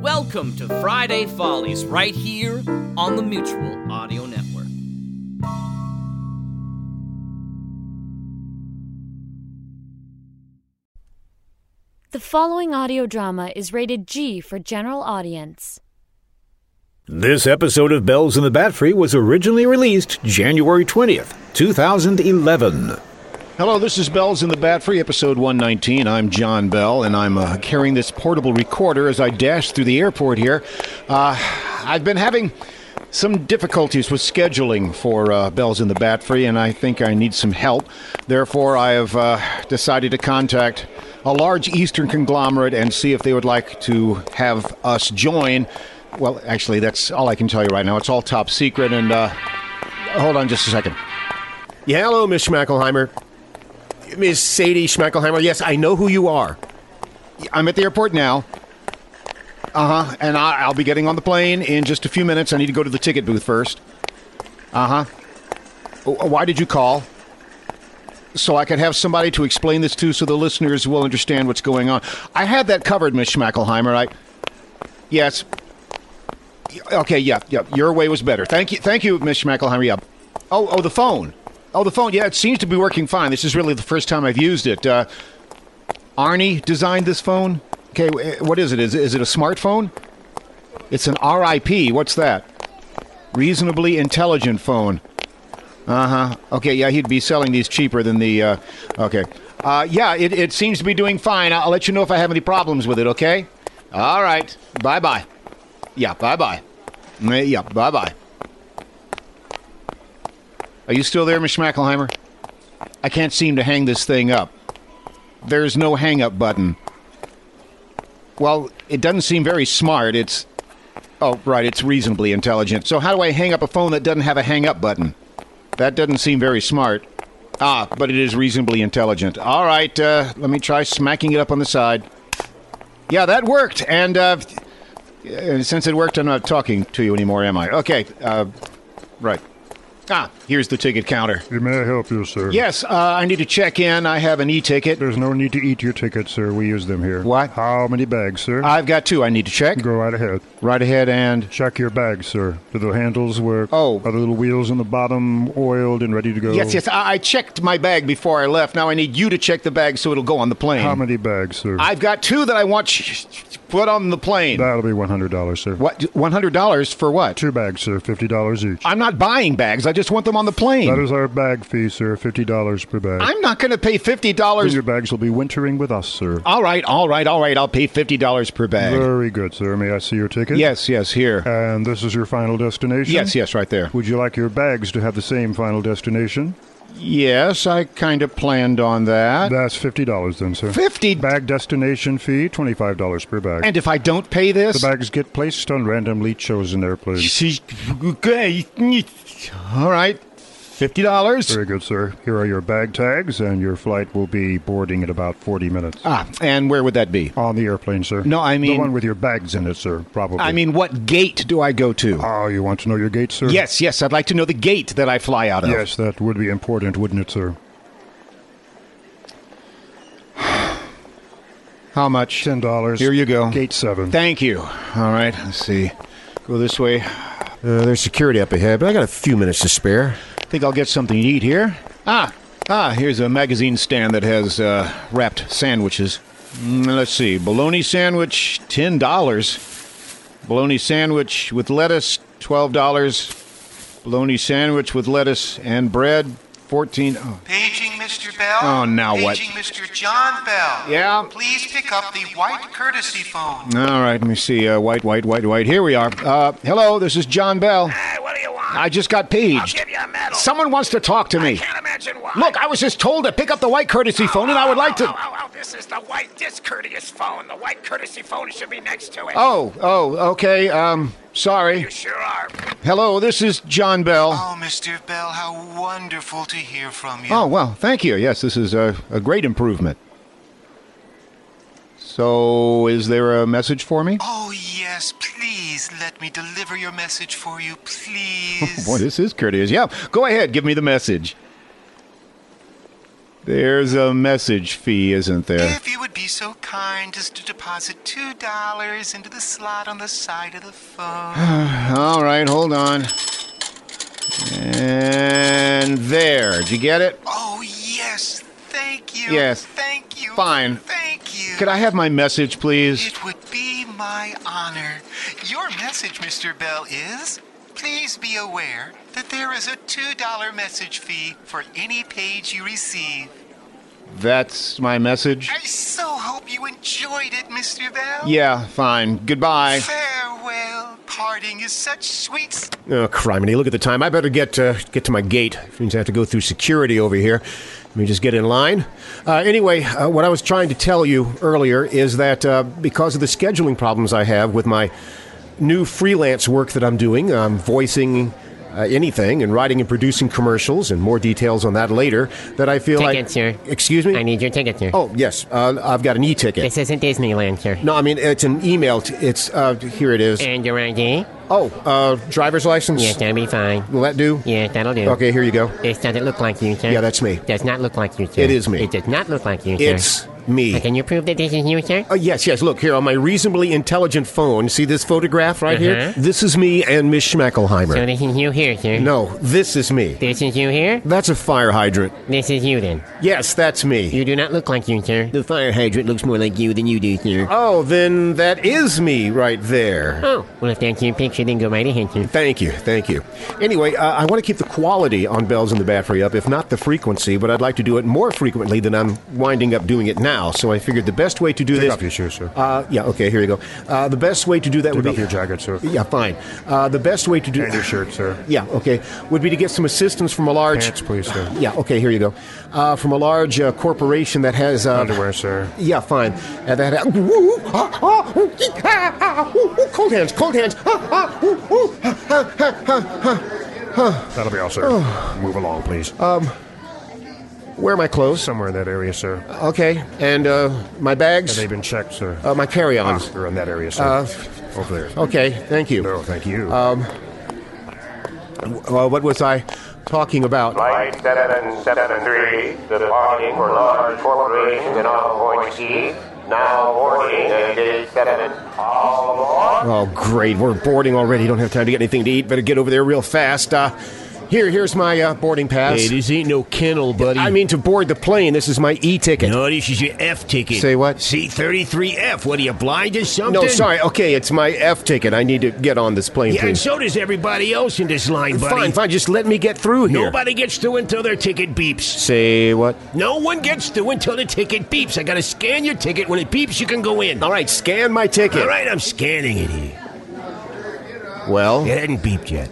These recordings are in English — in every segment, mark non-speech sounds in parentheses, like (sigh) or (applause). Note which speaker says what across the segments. Speaker 1: Welcome to Friday Follies, right here on the Mutual Audio Network.
Speaker 2: The following audio drama is rated G for general audience.
Speaker 3: This episode of Bells in the Bat Free was originally released January 20th, 2011.
Speaker 4: Hello, this is Bells in the Bat Free, episode 119. I'm John Bell, and I'm uh, carrying this portable recorder as I dash through the airport here. Uh, I've been having some difficulties with scheduling for uh, Bells in the Bat Free, and I think I need some help. Therefore, I have uh, decided to contact a large Eastern conglomerate and see if they would like to have us join. Well, actually, that's all I can tell you right now. It's all top secret, and uh, hold on just a second.
Speaker 5: Yeah, hello, Miss Schmackelheimer. Miss Sadie Schmackelheimer, yes, I know who you are.
Speaker 4: I'm at the airport now. Uh huh. And I, I'll be getting on the plane in just a few minutes. I need to go to the ticket booth first. Uh huh. Why did you call? So I could have somebody to explain this to, so the listeners will understand what's going on. I had that covered, Miss Schmackelheimer. I. Yes. Okay. Yeah. Yeah. Your way was better. Thank you. Thank you, Miss Schmackelheimer. Yeah. Oh. Oh. The phone. Oh, the phone. Yeah. It seems to be working fine. This is really the first time I've used it. Uh, Arnie designed this phone. Okay, wh- eh, what is it? Is, is it a smartphone? It's an RIP. What's that? Reasonably intelligent phone. Uh huh. Okay, yeah, he'd be selling these cheaper than the. Uh, okay. Uh, yeah, it, it seems to be doing fine. I'll let you know if I have any problems with it, okay? All right. Bye bye. Yeah, bye bye. Yeah, bye bye. Are you still there, Miss Schmackelheimer? I can't seem to hang this thing up. There's no hang up button. Well, it doesn't seem very smart. It's. Oh, right, it's reasonably intelligent. So, how do I hang up a phone that doesn't have a hang up button? That doesn't seem very smart. Ah, but it is reasonably intelligent. All right, uh, let me try smacking it up on the side. Yeah, that worked. And uh, uh, since it worked, I'm not talking to you anymore, am I? Okay, uh, right. Ah, here's the ticket counter.
Speaker 6: Hey, May I help you, sir?
Speaker 4: Yes, uh, I need to check in. I have an e ticket.
Speaker 6: There's no need to eat your tickets, sir. We use them here.
Speaker 4: What? Uh,
Speaker 6: How many bags, sir?
Speaker 4: I've got two I need to check.
Speaker 6: Go right ahead.
Speaker 4: Right ahead and.
Speaker 6: Check your bags, sir. Do the handles work?
Speaker 4: Oh.
Speaker 6: Are the little wheels on the bottom oiled and ready to go?
Speaker 4: Yes, yes, I-, I checked my bag before I left. Now I need you to check the bag so it'll go on the plane.
Speaker 6: How many bags, sir?
Speaker 4: I've got two that I want sh- sh- put on the plane.
Speaker 6: That'll be $100, sir.
Speaker 4: What? $100 for what?
Speaker 6: Two bags, sir. $50 each.
Speaker 4: I'm not buying bags. I just want them on the
Speaker 6: That
Speaker 4: plane.
Speaker 6: is our bag fee, sir. $50 per bag.
Speaker 4: I'm not going to pay $50.
Speaker 6: Your bags will be wintering with us, sir.
Speaker 4: All right, all right, all right. I'll pay $50 per bag.
Speaker 6: Very good, sir. May I see your ticket?
Speaker 4: Yes, yes, here.
Speaker 6: And this is your final destination?
Speaker 4: Yes, yes, right there.
Speaker 6: Would you like your bags to have the same final destination?
Speaker 4: Yes, I kind of planned on that.
Speaker 6: That's fifty dollars then, sir.
Speaker 4: 50
Speaker 6: Bag destination fee, twenty-five dollars per bag.
Speaker 4: And if I don't pay
Speaker 6: the
Speaker 4: this,
Speaker 6: bags get placed on randomly chosen airplanes.
Speaker 4: She- okay. All right, fifty dollars.
Speaker 6: Very good, sir. Here are your bag tags, and your flight will be boarding in about forty minutes.
Speaker 4: Ah, and where would that be?
Speaker 6: on the airplane, sir.
Speaker 4: No, I mean-
Speaker 6: the one with your bags in it, sir. Probably.
Speaker 4: I mean, what gate do I go to?
Speaker 6: oh, you want to know your gate, sir?
Speaker 4: yes, yes, I'd like to know the gate that I fly out of.
Speaker 6: Yes, that would be important, wouldn't it, sir?
Speaker 4: How much?
Speaker 6: Ten dollars.
Speaker 4: Here you go.
Speaker 6: Gate seven.
Speaker 4: Thank you. All right, let's see. Go this way.
Speaker 5: Uh, there's security up ahead, but I got a few minutes to spare.
Speaker 4: Think I'll get something to eat here. Ah, ah, here's a magazine stand that has uh, wrapped sandwiches. Mm, let's see, bologna sandwich, ten dollars. Bologna sandwich with lettuce, twelve dollars. Bologna sandwich with lettuce and bread, fourteen. Oh.
Speaker 7: Paging Mr. Bell.
Speaker 4: Oh, now what?
Speaker 7: Paging Mr. John Bell.
Speaker 4: Yeah.
Speaker 7: Please pick up the white courtesy phone.
Speaker 4: All right, let me see. Uh, white, white, white, white. Here we are. Uh, hello, this is John Bell.
Speaker 8: Hey, what do you want?
Speaker 4: I just got paged.
Speaker 8: Give you a medal.
Speaker 4: Someone wants to talk to
Speaker 8: I
Speaker 4: me.
Speaker 8: can't imagine why.
Speaker 4: Look, I was just told to pick up the white courtesy phone, and I would like
Speaker 8: Oh,
Speaker 4: to.
Speaker 8: oh, oh, this is the white discourteous phone. The white courtesy phone should be next to it.
Speaker 4: Oh, oh, okay. Um, sorry.
Speaker 8: You sure are.
Speaker 4: Hello, this is John Bell.
Speaker 7: Oh, Mr. Bell, how wonderful to hear from you.
Speaker 4: Oh, well, thank you. Yes, this is a, a great improvement. So, is there a message for me?
Speaker 7: Oh, yes, please let me deliver your message for you, please.
Speaker 4: (laughs) Boy, this is courteous. Yeah, go ahead, give me the message. There's a message fee, isn't there?
Speaker 7: If you would be so kind as to deposit two dollars into the slot on the side of the phone.
Speaker 4: (gasps) All right, hold on. And there. Did you get it?
Speaker 7: oh yes, thank you.
Speaker 4: Yes.
Speaker 7: Thank you.
Speaker 4: Fine.
Speaker 7: Thank you.
Speaker 4: Could I have my message, please?
Speaker 7: It would be my honor. Your message, Mr. Bell, is please be aware that there is a $2 message fee for any page you receive.
Speaker 4: That's my message?
Speaker 7: I so hope you enjoyed it, Mr. Bell.
Speaker 4: Yeah, fine. Goodbye.
Speaker 7: Farewell. Parting is such sweet. s-
Speaker 5: Oh, criminy! Look at the time. I better get uh, get to my gate. Which means I have to go through security over here. Let me just get in line. Uh, anyway, uh, what I was trying to tell you earlier is that uh, because of the scheduling problems I have with my new freelance work that I'm doing, I'm voicing uh, anything and writing and producing commercials, and more details on that later. That I feel like.
Speaker 9: Tickets, sir.
Speaker 5: Excuse me.
Speaker 9: I need your ticket, sir.
Speaker 5: Oh yes, uh, I've got an e-ticket.
Speaker 9: This isn't Disneyland, sir.
Speaker 5: no, I mean it's an email. T- it's uh, here it is.
Speaker 9: And your ID?
Speaker 5: Oh, uh, driver's license.
Speaker 9: Eh. Yes, that'll be fine.
Speaker 5: Will that do?
Speaker 9: Yes, that'll do.
Speaker 5: Okay, here you go.
Speaker 9: This doesn't look like you, sir.
Speaker 5: Yeah, that's me.
Speaker 9: Does not look like you, sir.
Speaker 5: It is me.
Speaker 9: It does not look like you, sir.
Speaker 5: It's me.
Speaker 9: Can you prove that this is you, sir?
Speaker 5: Uh, yes, yes. Look here on my reasonably intelligent phone. See this photograph right here?
Speaker 9: Uh-huh.
Speaker 5: This is me and Miss Schmeckelheimer.
Speaker 9: So this is you here, sir.
Speaker 5: no, this is me.
Speaker 9: This is you here?
Speaker 5: That's a fire hydrant.
Speaker 9: This is you then.
Speaker 5: Yes, that's me.
Speaker 9: You do not look like you, sir.
Speaker 5: The fire hydrant
Speaker 9: looks more like you than you do, sir.
Speaker 5: Oh, then that is me right there.
Speaker 9: Oh, well, if that's your picture, then go right ahead, sir.
Speaker 5: Thank you, thank you. Anyway, uh, I want to keep the quality on Bells in the Battery up, if not the frequency, but I'd like to do it more frequently than I'm winding up doing it now. So I figured the best way to do
Speaker 6: Take
Speaker 5: this.
Speaker 6: off your shoes, sir.
Speaker 5: Uh, yeah, okay, here you go. Uh, the best way to do that would
Speaker 6: Take
Speaker 5: be
Speaker 6: off your jacket, sir.
Speaker 5: Yeah, fine. Uh, the best way to do
Speaker 6: And your shirt, sir.
Speaker 5: Yeah, okay. Would be to get some assistance from a large.
Speaker 6: Pants, please, sir.
Speaker 5: Yeah, okay, here you go. Uh, from a large uh, corporation that has. Uh,
Speaker 6: Underwear, sir.
Speaker 5: Yeah, fine. Uh, that ha- Ooh, ooh, ooh, ah, ah, ooh, ee, ah, ah, ooh, ooh, cold hands, cold hands. Ah, ah, ooh, ooh, ah, ah, ah, ah, ah.
Speaker 6: That'll be all, sir. Move along, please.
Speaker 5: Oh. Um, Where are my clothes?
Speaker 6: Somewhere in that area, sir.
Speaker 5: Okay, and uh, my
Speaker 6: Have
Speaker 5: bags?
Speaker 6: they been checked, sir? Ah,
Speaker 5: Uh, my carry-ons.
Speaker 6: They're in that area, sir.
Speaker 5: Uh,
Speaker 6: Over there.
Speaker 5: Okay, thank you. Um,
Speaker 6: No, thank you.
Speaker 5: Uh, what was I talking about?
Speaker 10: Flight 773, departing for large corporation and on point E, now boarding at gate 7. All aboard.
Speaker 5: Oh, great. We're boarding already. Don't have time to get anything to eat. Better get over there real fast. Uh, here, here's my uh, boarding pass.
Speaker 11: this ain't no kennel, buddy.
Speaker 5: I mean, to board the plane, this is my e ticket.
Speaker 11: no, this is your F ticket.
Speaker 5: Say what?
Speaker 11: C33F. What are you blind or something?
Speaker 5: No, sorry. Okay, it's my F ticket. I need to get on this plane,
Speaker 11: Yeah, and
Speaker 5: please.
Speaker 11: so does everybody else in this line, buddy.
Speaker 5: fine, fine. Just let me get through here.
Speaker 11: Nobody gets through until their ticket beeps.
Speaker 5: Say what?
Speaker 11: No one gets through until the ticket beeps. I gotta scan your ticket. When it beeps, you can go in.
Speaker 5: All right, scan my ticket.
Speaker 11: All right, I'm scanning it here.
Speaker 5: Well,
Speaker 11: It hadn't beeped yet.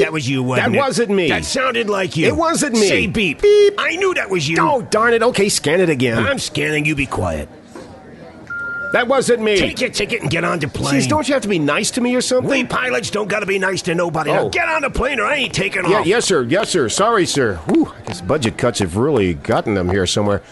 Speaker 11: That was you, wasn't
Speaker 5: That
Speaker 11: it?
Speaker 5: wasn't me.
Speaker 11: That sounded like you.
Speaker 5: It wasn't me.
Speaker 11: Say beep.
Speaker 5: Beep.
Speaker 11: I knew that was you.
Speaker 5: oh, darn it. Okay, scan it again.
Speaker 11: I'm scanning. You be quiet.
Speaker 5: that wasn't me.
Speaker 11: Take your ticket and get on the plane.
Speaker 5: Jeez, don't you have to be nice to me or something?
Speaker 11: We pilots don't gotta be nice to nobody. Now
Speaker 5: Oh.
Speaker 11: get on the plane or I ain't taking
Speaker 5: Yeah,
Speaker 11: off.
Speaker 5: yes, sir. Yes, sir. Sorry, sir. Whew, I guess budget cuts have really gotten them here somewhere.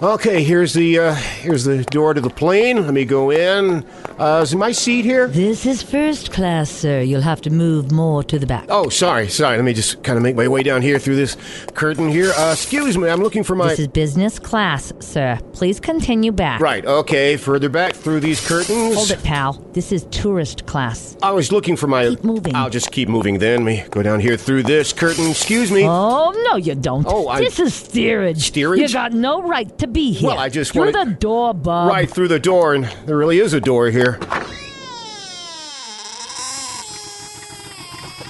Speaker 5: Okay, here's the uh, here's the door to the plane. Let me go in. Uh, is my seat here?
Speaker 12: This is first class, sir. You'll have to move more to the back.
Speaker 5: Oh, sorry, sorry. Let me just kind of make my way down here through this curtain here. Uh, excuse me, I'm looking for my.
Speaker 12: This is business class, sir. Please continue back.
Speaker 5: Right. Okay, further back through these curtains.
Speaker 12: Hold it, pal. This is tourist class.
Speaker 5: I was looking for my.
Speaker 12: Keep moving.
Speaker 5: I'll just keep moving then. Let me go down here through this curtain. Excuse me.
Speaker 12: Oh, no, you don't.
Speaker 5: Oh, I-
Speaker 12: This is steerage.
Speaker 5: Steerage?
Speaker 12: You got no right to be here.
Speaker 5: Well, I just
Speaker 12: Through
Speaker 5: wanted-
Speaker 12: the door, bub.
Speaker 5: right through the door, and there really is a door here.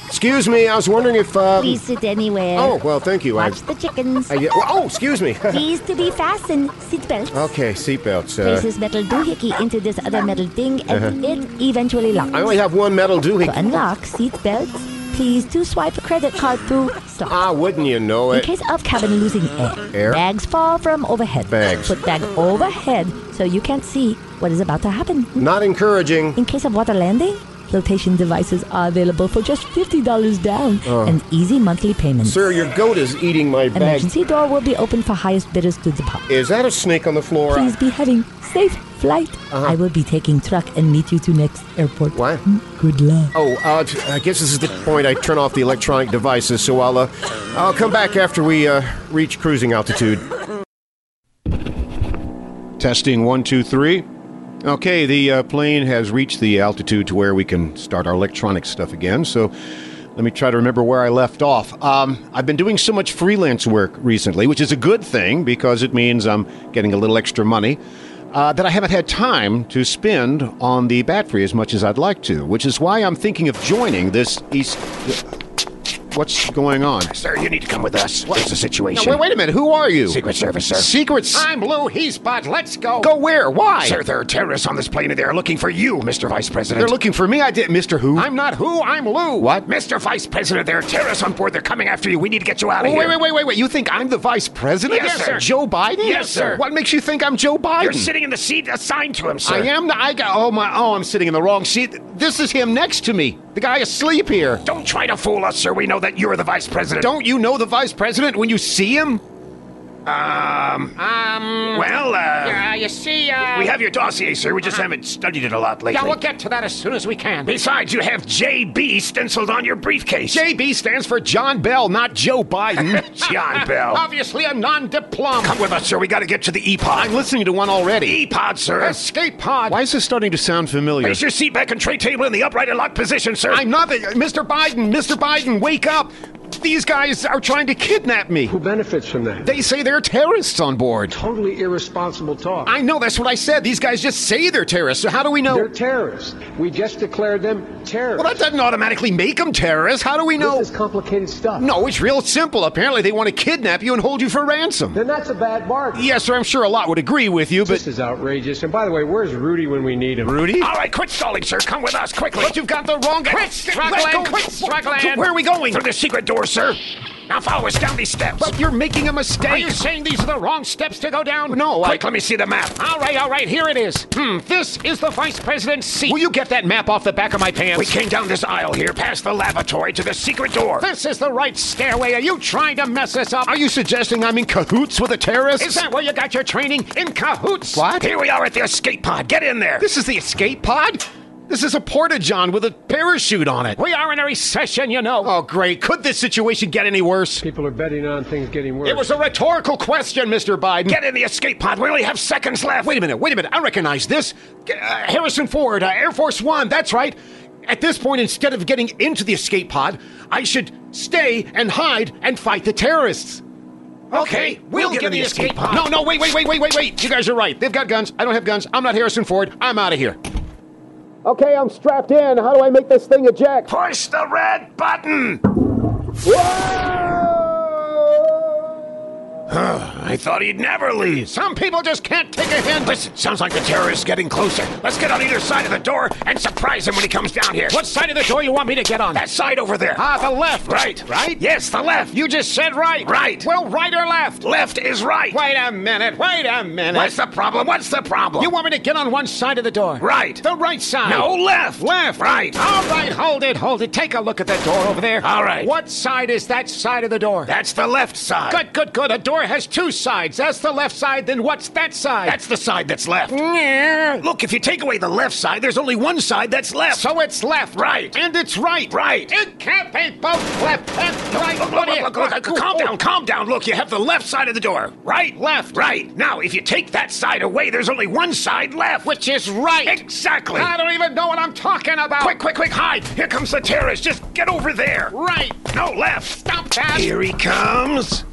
Speaker 5: Excuse me, I was wondering if. Um,
Speaker 12: Please sit anywhere.
Speaker 5: Oh, well, thank you. I,
Speaker 12: Watch the chickens.
Speaker 5: I, yeah, oh, excuse me. (laughs)
Speaker 12: Please to be fastened. Seatbelts.
Speaker 5: okay, seatbelts.
Speaker 12: Place
Speaker 5: Uh,
Speaker 12: this metal doohickey into this other metal thing, and it eventually locks.
Speaker 5: Uh-huh. I only have one metal
Speaker 12: To
Speaker 5: doohickey.
Speaker 12: unlock seatbelts, please do swipe a credit card through slot.
Speaker 5: Ah, wouldn't you know
Speaker 12: In
Speaker 5: it?
Speaker 12: case of cabin losing air,
Speaker 5: Air?
Speaker 12: bags fall from overhead.
Speaker 5: Bags.
Speaker 12: Put bag overhead so you can't see what is about to happen.
Speaker 5: Not encouraging.
Speaker 12: In case of water landing,
Speaker 13: Flotation devices are available for just $50 down
Speaker 14: Oh.
Speaker 13: and easy monthly payments.
Speaker 14: Sir, your goat is eating my bag.
Speaker 13: Emergency door will be open for highest bidders to depart.
Speaker 14: Is that a snake on the floor?
Speaker 13: Please be heading safe flight.
Speaker 9: Uh-huh.
Speaker 13: I will be taking truck and meet you to next airport.
Speaker 14: What?
Speaker 13: Good luck.
Speaker 14: Oh, uh, t- I guess this is the point I turn off the electronic devices, so I'll, uh, I'll come back after we uh, reach cruising altitude.
Speaker 4: Testing one, two, three. Okay, the uh, plane has reached the altitude to where we can start our electronic stuff again. So let me try to remember where I left off. Um, I've been doing so much freelance work recently, which is a good thing because it means I'm getting a little extra money. Uh, that I haven't had time to spend on the battery as much as I'd like to, which is why I'm thinking of joining this East. uh, What's going on?
Speaker 5: Sir, you need to come with us. What is the situation?
Speaker 4: Now, wait, wait a minute. Who are you?
Speaker 5: Secret Service, sir.
Speaker 4: Secret. S-
Speaker 15: I'm Blue. He's Spot. Let's go.
Speaker 4: Go where? Why?
Speaker 5: Sir, there are terrorists on this plane and they are looking for you, Mr. Vice President.
Speaker 4: They're looking for me. I did, Mister Who?
Speaker 15: I'm not who. I'm Lou.
Speaker 4: What?
Speaker 5: Mr. Vice President, there are terrorists on board. They're coming after you. We need to get you out of
Speaker 4: Oh,
Speaker 5: here.
Speaker 4: wait, wait, wait, wait, wait. You think I'm the vice president?
Speaker 5: Yes, sir.
Speaker 4: Joe Biden?
Speaker 5: Yes, sir.
Speaker 4: What makes you think I'm Joe Biden?
Speaker 5: You're sitting in the seat assigned to him, sir.
Speaker 4: I am. The, I got. Oh my. Oh, I'm sitting in the wrong seat. This is him next to me. The guy asleep here.
Speaker 5: Don't try to fool us, sir. We know that you're the Vice President.
Speaker 4: Don't you know the vice president when you see him?
Speaker 5: Um.
Speaker 16: Um.
Speaker 5: Well, uh,
Speaker 16: yeah, you see, uh.
Speaker 5: We have your dossier, sir. We just haven't studied it a lot lately.
Speaker 16: Yeah, we'll get to that as soon as we can.
Speaker 5: Besides, you have JB stenciled on your briefcase.
Speaker 4: JB stands for John Bell, not Joe Biden. (laughs)
Speaker 5: (laughs) John Bell.
Speaker 4: Obviously a non-diplom.
Speaker 5: Come with us, sir. We got to get to the E-Pod.
Speaker 4: I'm listening to one already.
Speaker 5: E-Pod, sir.
Speaker 4: Escape pod. Why is this starting to sound familiar?
Speaker 5: Place your seat back and tray table in the upright and locked position, sir.
Speaker 4: I'm not the, Mr. Biden, Mr. Biden, wake up! These guys are trying to kidnap me.
Speaker 17: Who benefits from that?
Speaker 4: They say they're terrorists on board.
Speaker 17: Totally irresponsible talk.
Speaker 4: I know, that's what I said. These guys just say they're terrorists, so how do we know?
Speaker 17: They're terrorists. We just declared them terrorists.
Speaker 4: well, that doesn't automatically make them terrorists. How do we know?
Speaker 17: This is complicated stuff.
Speaker 4: No, it's real simple. Apparently, they want to kidnap you and hold you for ransom.
Speaker 17: Then that's a bad bargain.
Speaker 4: Yes, sir, I'm sure a lot would agree with you, but.
Speaker 17: This is outrageous. And by the way, where's Rudy when we need him?
Speaker 4: Rudy?
Speaker 5: All right, quit stalling, sir. Come with us quickly.
Speaker 4: But you've got the wrong guy.
Speaker 5: Quit
Speaker 4: Let
Speaker 5: struggling.
Speaker 4: go.
Speaker 5: Quit struggling.
Speaker 4: Where are we going?
Speaker 5: Through the secret door, sir. Now follow us down these steps.
Speaker 4: But you're making a mistake.
Speaker 16: Are you saying these are the wrong steps to go down?
Speaker 4: No, I.
Speaker 5: Quick, let me see the map.
Speaker 16: All right, all right, here it is. Hmm, this is the vice president's seat.
Speaker 4: Will you
Speaker 16: get that map off the back of my pants?
Speaker 5: We came down this aisle here, past the lavatory, to the secret door.
Speaker 16: This is the right stairway. Are you trying to mess us up?
Speaker 4: Are you suggesting I'm in cahoots with the terrorists?
Speaker 16: Is that where you got your training? In cahoots?
Speaker 4: What?
Speaker 5: Here we are at the escape pod. Get in there.
Speaker 4: This is the escape pod? This is a porta john with a parachute on it.
Speaker 16: We are in a recession, you know.
Speaker 4: Oh, great. Could this situation get any worse?
Speaker 17: People are betting on things
Speaker 16: Oh,
Speaker 17: getting worse.
Speaker 4: It was a rhetorical question, Mr. Biden.
Speaker 5: Get in the escape pod. We only have seconds left.
Speaker 4: wait a minute, wait a minute. I recognize this. G- Uh, Harrison Ford, uh, Air Force One, that's right. At this point, instead of getting into the escape pod, I should stay and hide and fight the terrorists.
Speaker 5: Okay, we'll get in the escape pod.
Speaker 4: No, no, wait, wait, wait, wait, wait, wait. You guys are right. They've got guns. I don't have guns. I'm not Harrison Ford. I'm out of here. Okay, I'm strapped in. How do I make this thing eject?
Speaker 5: Push the red button. I thought he'd never leave.
Speaker 4: Some people just can't take a hint.
Speaker 5: Listen, sounds like the terrorist is getting closer. Let's get on either side of the door and surprise him when he comes down here.
Speaker 16: What side of the door you want me to get on?
Speaker 5: That side over there.
Speaker 16: Ah, the left.
Speaker 5: Right.
Speaker 16: Right?
Speaker 5: Yes, the left.
Speaker 16: You just said right.
Speaker 5: Right.
Speaker 16: Well, right or left?
Speaker 5: Left is right.
Speaker 16: Wait a minute. Wait a minute.
Speaker 5: What's the problem? What's the problem?
Speaker 16: You want me to get on one side of the door?
Speaker 5: Right.
Speaker 16: The right side.
Speaker 5: No, left.
Speaker 16: Left. Ah.
Speaker 5: Right.
Speaker 16: All right, hold it, hold it. Take a look at that door over there.
Speaker 5: All right.
Speaker 16: What side is that side of the door?
Speaker 5: That's the left side.
Speaker 16: Good, good, good. A door has two sides. That's the left side. Then what's that side?
Speaker 5: That's the side that's left.
Speaker 16: Mm. Yeah.
Speaker 5: Look, if you take away the left side, there's only one side that's left.
Speaker 16: So it's left.
Speaker 5: Right.
Speaker 16: And it's right.
Speaker 5: Right.
Speaker 16: It can't be both left and right.
Speaker 5: Look,
Speaker 16: What
Speaker 5: look,
Speaker 16: do you-
Speaker 5: look, look, look, calm down, calm down. Look, you have the left side of the door. Right,
Speaker 16: Left.
Speaker 5: right. Now, if you take that side away, there's only one side left.
Speaker 16: Which is right.
Speaker 5: Exactly.
Speaker 16: I don't even know what I'm talking about.
Speaker 5: Quick, quick, quick, hide. Here comes the terrorist. Just get over there.
Speaker 16: Right.
Speaker 5: No, left.
Speaker 16: Stop that.
Speaker 5: Here he comes.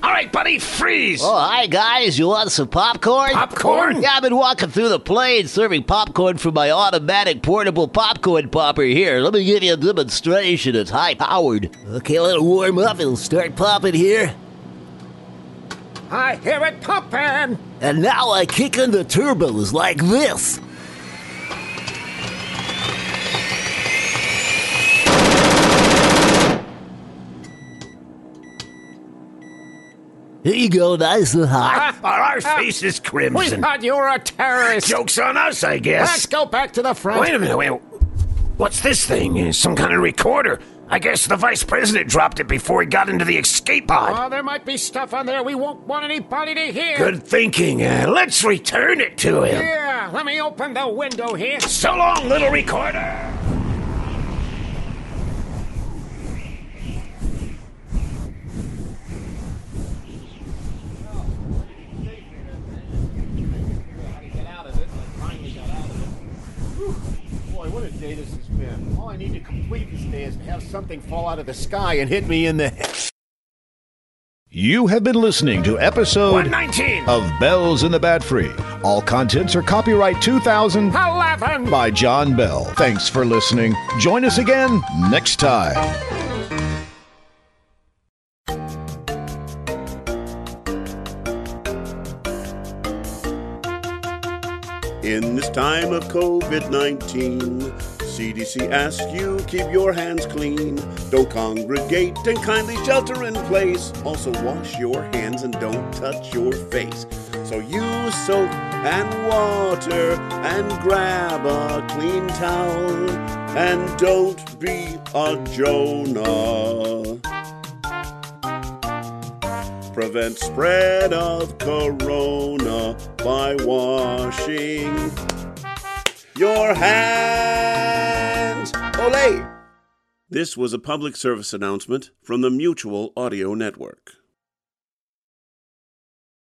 Speaker 5: All right, buddy, freeze.
Speaker 9: Oh, hi guys, you want some popcorn?
Speaker 5: Popcorn?
Speaker 9: Yeah, I've been walking through the plane serving popcorn from my automatic portable popcorn popper here. Let me give you a demonstration. It's high powered. Okay, let it warm up. It'll start popping here.
Speaker 16: I hear it pumping.
Speaker 9: And now I kick in the turbos like this. Here you go, nice
Speaker 16: (laughs)
Speaker 9: and hot.
Speaker 5: Are our
Speaker 16: Ah.
Speaker 5: faces
Speaker 16: We
Speaker 5: crimson?
Speaker 16: thought you were a terrorist.
Speaker 5: Joke's on us, I
Speaker 16: Let's
Speaker 5: guess.
Speaker 16: go back to the front.
Speaker 5: Wait a minute, wait. What's this thing? Is some kind of recorder? I guess the vice president dropped it before he got into the escape pod.
Speaker 18: Oh, there might be stuff on there we won't want anybody to hear.
Speaker 5: Good thinking. Uh, let's return it to him.
Speaker 18: Yeah, let me open the window here.
Speaker 5: So long, little recorder.
Speaker 19: Boy, what a day this has been. All I need to complete this day is to have something fall out of the sky and hit me in the head.
Speaker 4: You have been listening to episode
Speaker 19: 119
Speaker 4: of Bells in the Bat Free. All contents are copyright 2011 by John Bell. Thanks for listening. Join us again next time.
Speaker 20: In this time of COVID 19, CDC asks you keep your hands clean. Don't congregate and kindly shelter in place. Also, wash your hands and don't touch your face. So, use soap and water and grab a clean towel. And don't be a Jonah. Prevent spread of corona by washing your hands. Olay! This was a public service announcement from the Mutual Audio Network.